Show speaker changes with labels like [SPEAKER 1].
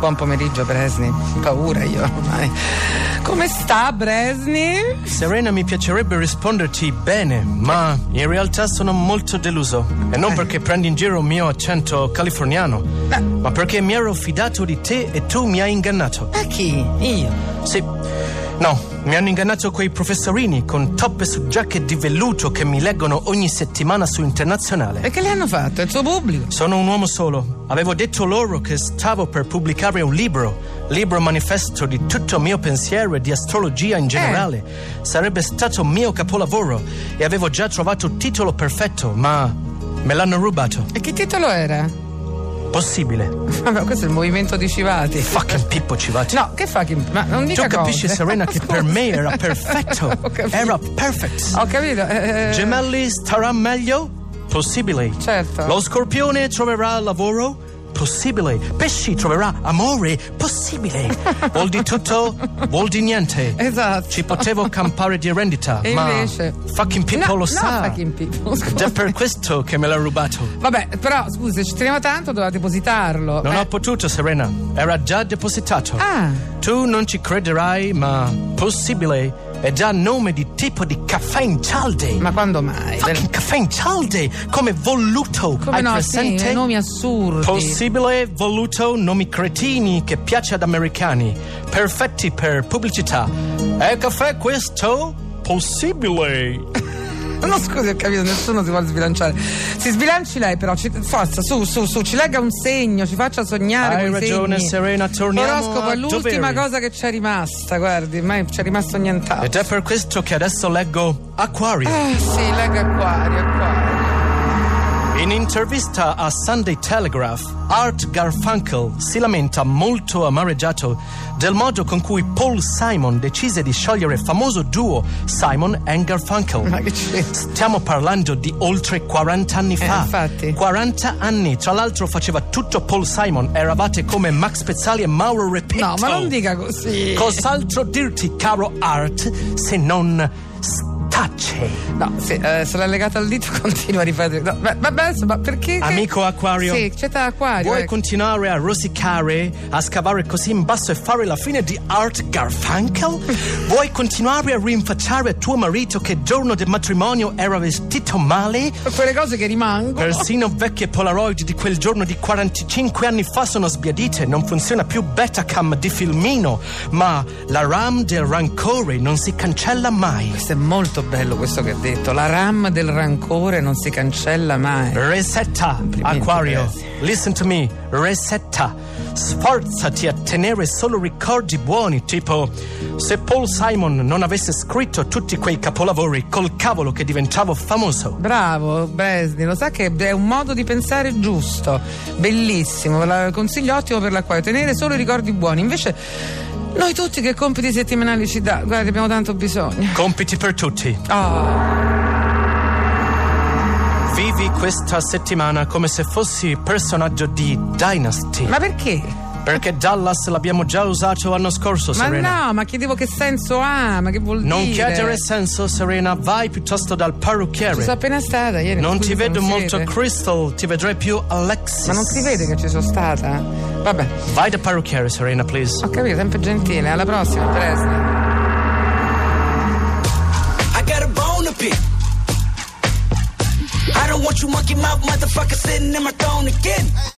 [SPEAKER 1] Buon pomeriggio Bresni, paura io ormai. Come sta Bresni?
[SPEAKER 2] Serena, mi piacerebbe risponderti bene, ma in realtà sono molto deluso. E non perché prendi in giro il mio accento californiano,
[SPEAKER 1] Beh.
[SPEAKER 2] ma perché mi ero fidato di te e tu mi hai ingannato.
[SPEAKER 1] A chi? Io.
[SPEAKER 2] Sì. No, mi hanno ingannato quei professorini con toppe su giacche di velluto che mi leggono ogni settimana su Internazionale.
[SPEAKER 1] E che le hanno fatto? Il suo pubblico?
[SPEAKER 2] Sono un uomo solo. Avevo detto loro che stavo per pubblicare un libro, libro manifesto di tutto il mio pensiero e di astrologia
[SPEAKER 1] Eh.
[SPEAKER 2] in generale. Sarebbe stato mio capolavoro e avevo già trovato il titolo perfetto, ma me l'hanno rubato.
[SPEAKER 1] E che titolo era?
[SPEAKER 2] Possibile.
[SPEAKER 1] Vabbè, questo è il movimento di Civati.
[SPEAKER 2] Fucking Pippo Civati.
[SPEAKER 1] No, che fa chi... Ma non dica
[SPEAKER 2] tu capisci,
[SPEAKER 1] cose.
[SPEAKER 2] Serena, che per me era perfetto.
[SPEAKER 1] Ho capito.
[SPEAKER 2] era perfect.
[SPEAKER 1] Ho capito. eh,
[SPEAKER 2] Gemelli starà meglio? Possibile.
[SPEAKER 1] Certo.
[SPEAKER 2] Lo scorpione troverà lavoro? Possibile. Pesci troverà amore? Possibile. Vuol di tutto? Vuol di niente.
[SPEAKER 1] Esatto.
[SPEAKER 2] Ci potevo campare di rendita,
[SPEAKER 1] E
[SPEAKER 2] ma
[SPEAKER 1] invece?
[SPEAKER 2] fucking Pippo
[SPEAKER 1] No,
[SPEAKER 2] lo
[SPEAKER 1] no,
[SPEAKER 2] sa.
[SPEAKER 1] fucking Pippo, scusa.
[SPEAKER 2] Ed è per questo che me l'ha rubato.
[SPEAKER 1] Vabbè, però scusi, ci teniamo tanto, doveva depositarlo.
[SPEAKER 2] Non
[SPEAKER 1] Eh,
[SPEAKER 2] ho potuto, Serena. Era già depositato.
[SPEAKER 1] Ah.
[SPEAKER 2] Tu non ci crederai, ma possibile. È già nome di tipo di caffè in cialde.
[SPEAKER 1] Ma quando mai?
[SPEAKER 2] Fucking caffè in cialde, come voluto.
[SPEAKER 1] Come
[SPEAKER 2] Hai
[SPEAKER 1] no,
[SPEAKER 2] presente?
[SPEAKER 1] sì, eh, nomi assurdi.
[SPEAKER 2] Possibile voluto nomi cretini che piace ad americani, perfetti per pubblicità. E caffè questo? Possibile.
[SPEAKER 1] No, scusi, ho capito, nessuno si vuole sbilanciare. Si sbilanci lei, però, ci- forza, su, su, su, ci legga un segno, ci faccia sognare.
[SPEAKER 2] Hai
[SPEAKER 1] coi
[SPEAKER 2] ragione,
[SPEAKER 1] segni.
[SPEAKER 2] Serena, torniamo
[SPEAKER 1] L'oroscopo
[SPEAKER 2] a
[SPEAKER 1] è l'ultima
[SPEAKER 2] doveri.
[SPEAKER 1] cosa che c'è rimasta, guardi, mai c'è rimasto nient'altro.
[SPEAKER 2] Ed è per questo che adesso leggo Aquario.
[SPEAKER 1] Ah, sì, legga acquario, acquario.
[SPEAKER 2] In intervista a Sunday Telegraph, Art Garfunkel si lamenta molto amareggiato del modo con cui Paul Simon decise di sciogliere il famoso duo Simon and Garfunkel.
[SPEAKER 1] Ma che c'entra?
[SPEAKER 2] Stiamo parlando di oltre 40 anni fa.
[SPEAKER 1] infatti.
[SPEAKER 2] 40 anni, tra l'altro faceva tutto Paul Simon, eravate come Max Pezzali e Mauro Repetto.
[SPEAKER 1] No, ma non dica così.
[SPEAKER 2] Cos'altro dirti, caro Art, se non stace?
[SPEAKER 1] No, sì, eh, se l'ha legato al dito continua a ripetere. No, ma, ma, ma, ma perché? che-
[SPEAKER 2] Amico Aquario.
[SPEAKER 1] Sì, c'è da acquario.
[SPEAKER 2] Vuoi
[SPEAKER 1] ecco.
[SPEAKER 2] continuare a rosicare, a scavare così in basso e fare la fine di Art Garfunkel? Vuoi continuare a rinfacciare a tuo marito che giorno del matrimonio era vestito male?
[SPEAKER 1] Quelle cose che rimangono.
[SPEAKER 2] Persino vecchie Polaroid di quel giorno di 45 anni fa sono sbiadite, non funziona più Betacam di Filmino, ma la RAM del rancore non si cancella mai.
[SPEAKER 1] Questo è molto bello questo che ha detto. La RAM del rancore non si cancella mai.
[SPEAKER 2] Resetta,
[SPEAKER 1] Complimenti,
[SPEAKER 2] Aquario.
[SPEAKER 1] grazie.
[SPEAKER 2] Listen to me, resetta. Sforzati a tenere solo ricordi buoni, tipo se Paul Simon non avesse scritto tutti quei capolavori, col cavolo che diventavo famoso.
[SPEAKER 1] Bravo Bresni, lo sa che è un modo di pensare giusto, bellissimo, ve la consiglio ottimo per l'acquario, tenere solo i ricordi buoni. Invece noi tutti che compiti settimanali ci dà, guarda abbiamo tanto bisogno.
[SPEAKER 2] Compiti per tutti.
[SPEAKER 1] Oh,
[SPEAKER 2] Vivi questa settimana come se fossi personaggio di Dynasty.
[SPEAKER 1] ma perché?
[SPEAKER 2] Perché Dallas l'abbiamo già usato l'anno scorso,
[SPEAKER 1] Ma
[SPEAKER 2] Serena.
[SPEAKER 1] no, ma chiedevo che senso ha, ma che vuol
[SPEAKER 2] Non
[SPEAKER 1] dire?
[SPEAKER 2] chiedere senso, Serena, vai piuttosto dal
[SPEAKER 1] Ci sono
[SPEAKER 2] parrucchiere.
[SPEAKER 1] appena stata ieri.
[SPEAKER 2] Non
[SPEAKER 1] scusi
[SPEAKER 2] ti
[SPEAKER 1] se
[SPEAKER 2] vedo
[SPEAKER 1] non si
[SPEAKER 2] molto
[SPEAKER 1] vede.
[SPEAKER 2] Crystal, ti vedrei più Alexis.
[SPEAKER 1] Ma non si vede che ci sono stata? Vabbè,
[SPEAKER 2] Vai dal parrucchiere, Serena, please.
[SPEAKER 1] ho capito, sempre gentile, alla prossima Bresni.
[SPEAKER 3] I got a bone to pick. I don't want you monkey mouth motherfucker sitting in my throne again.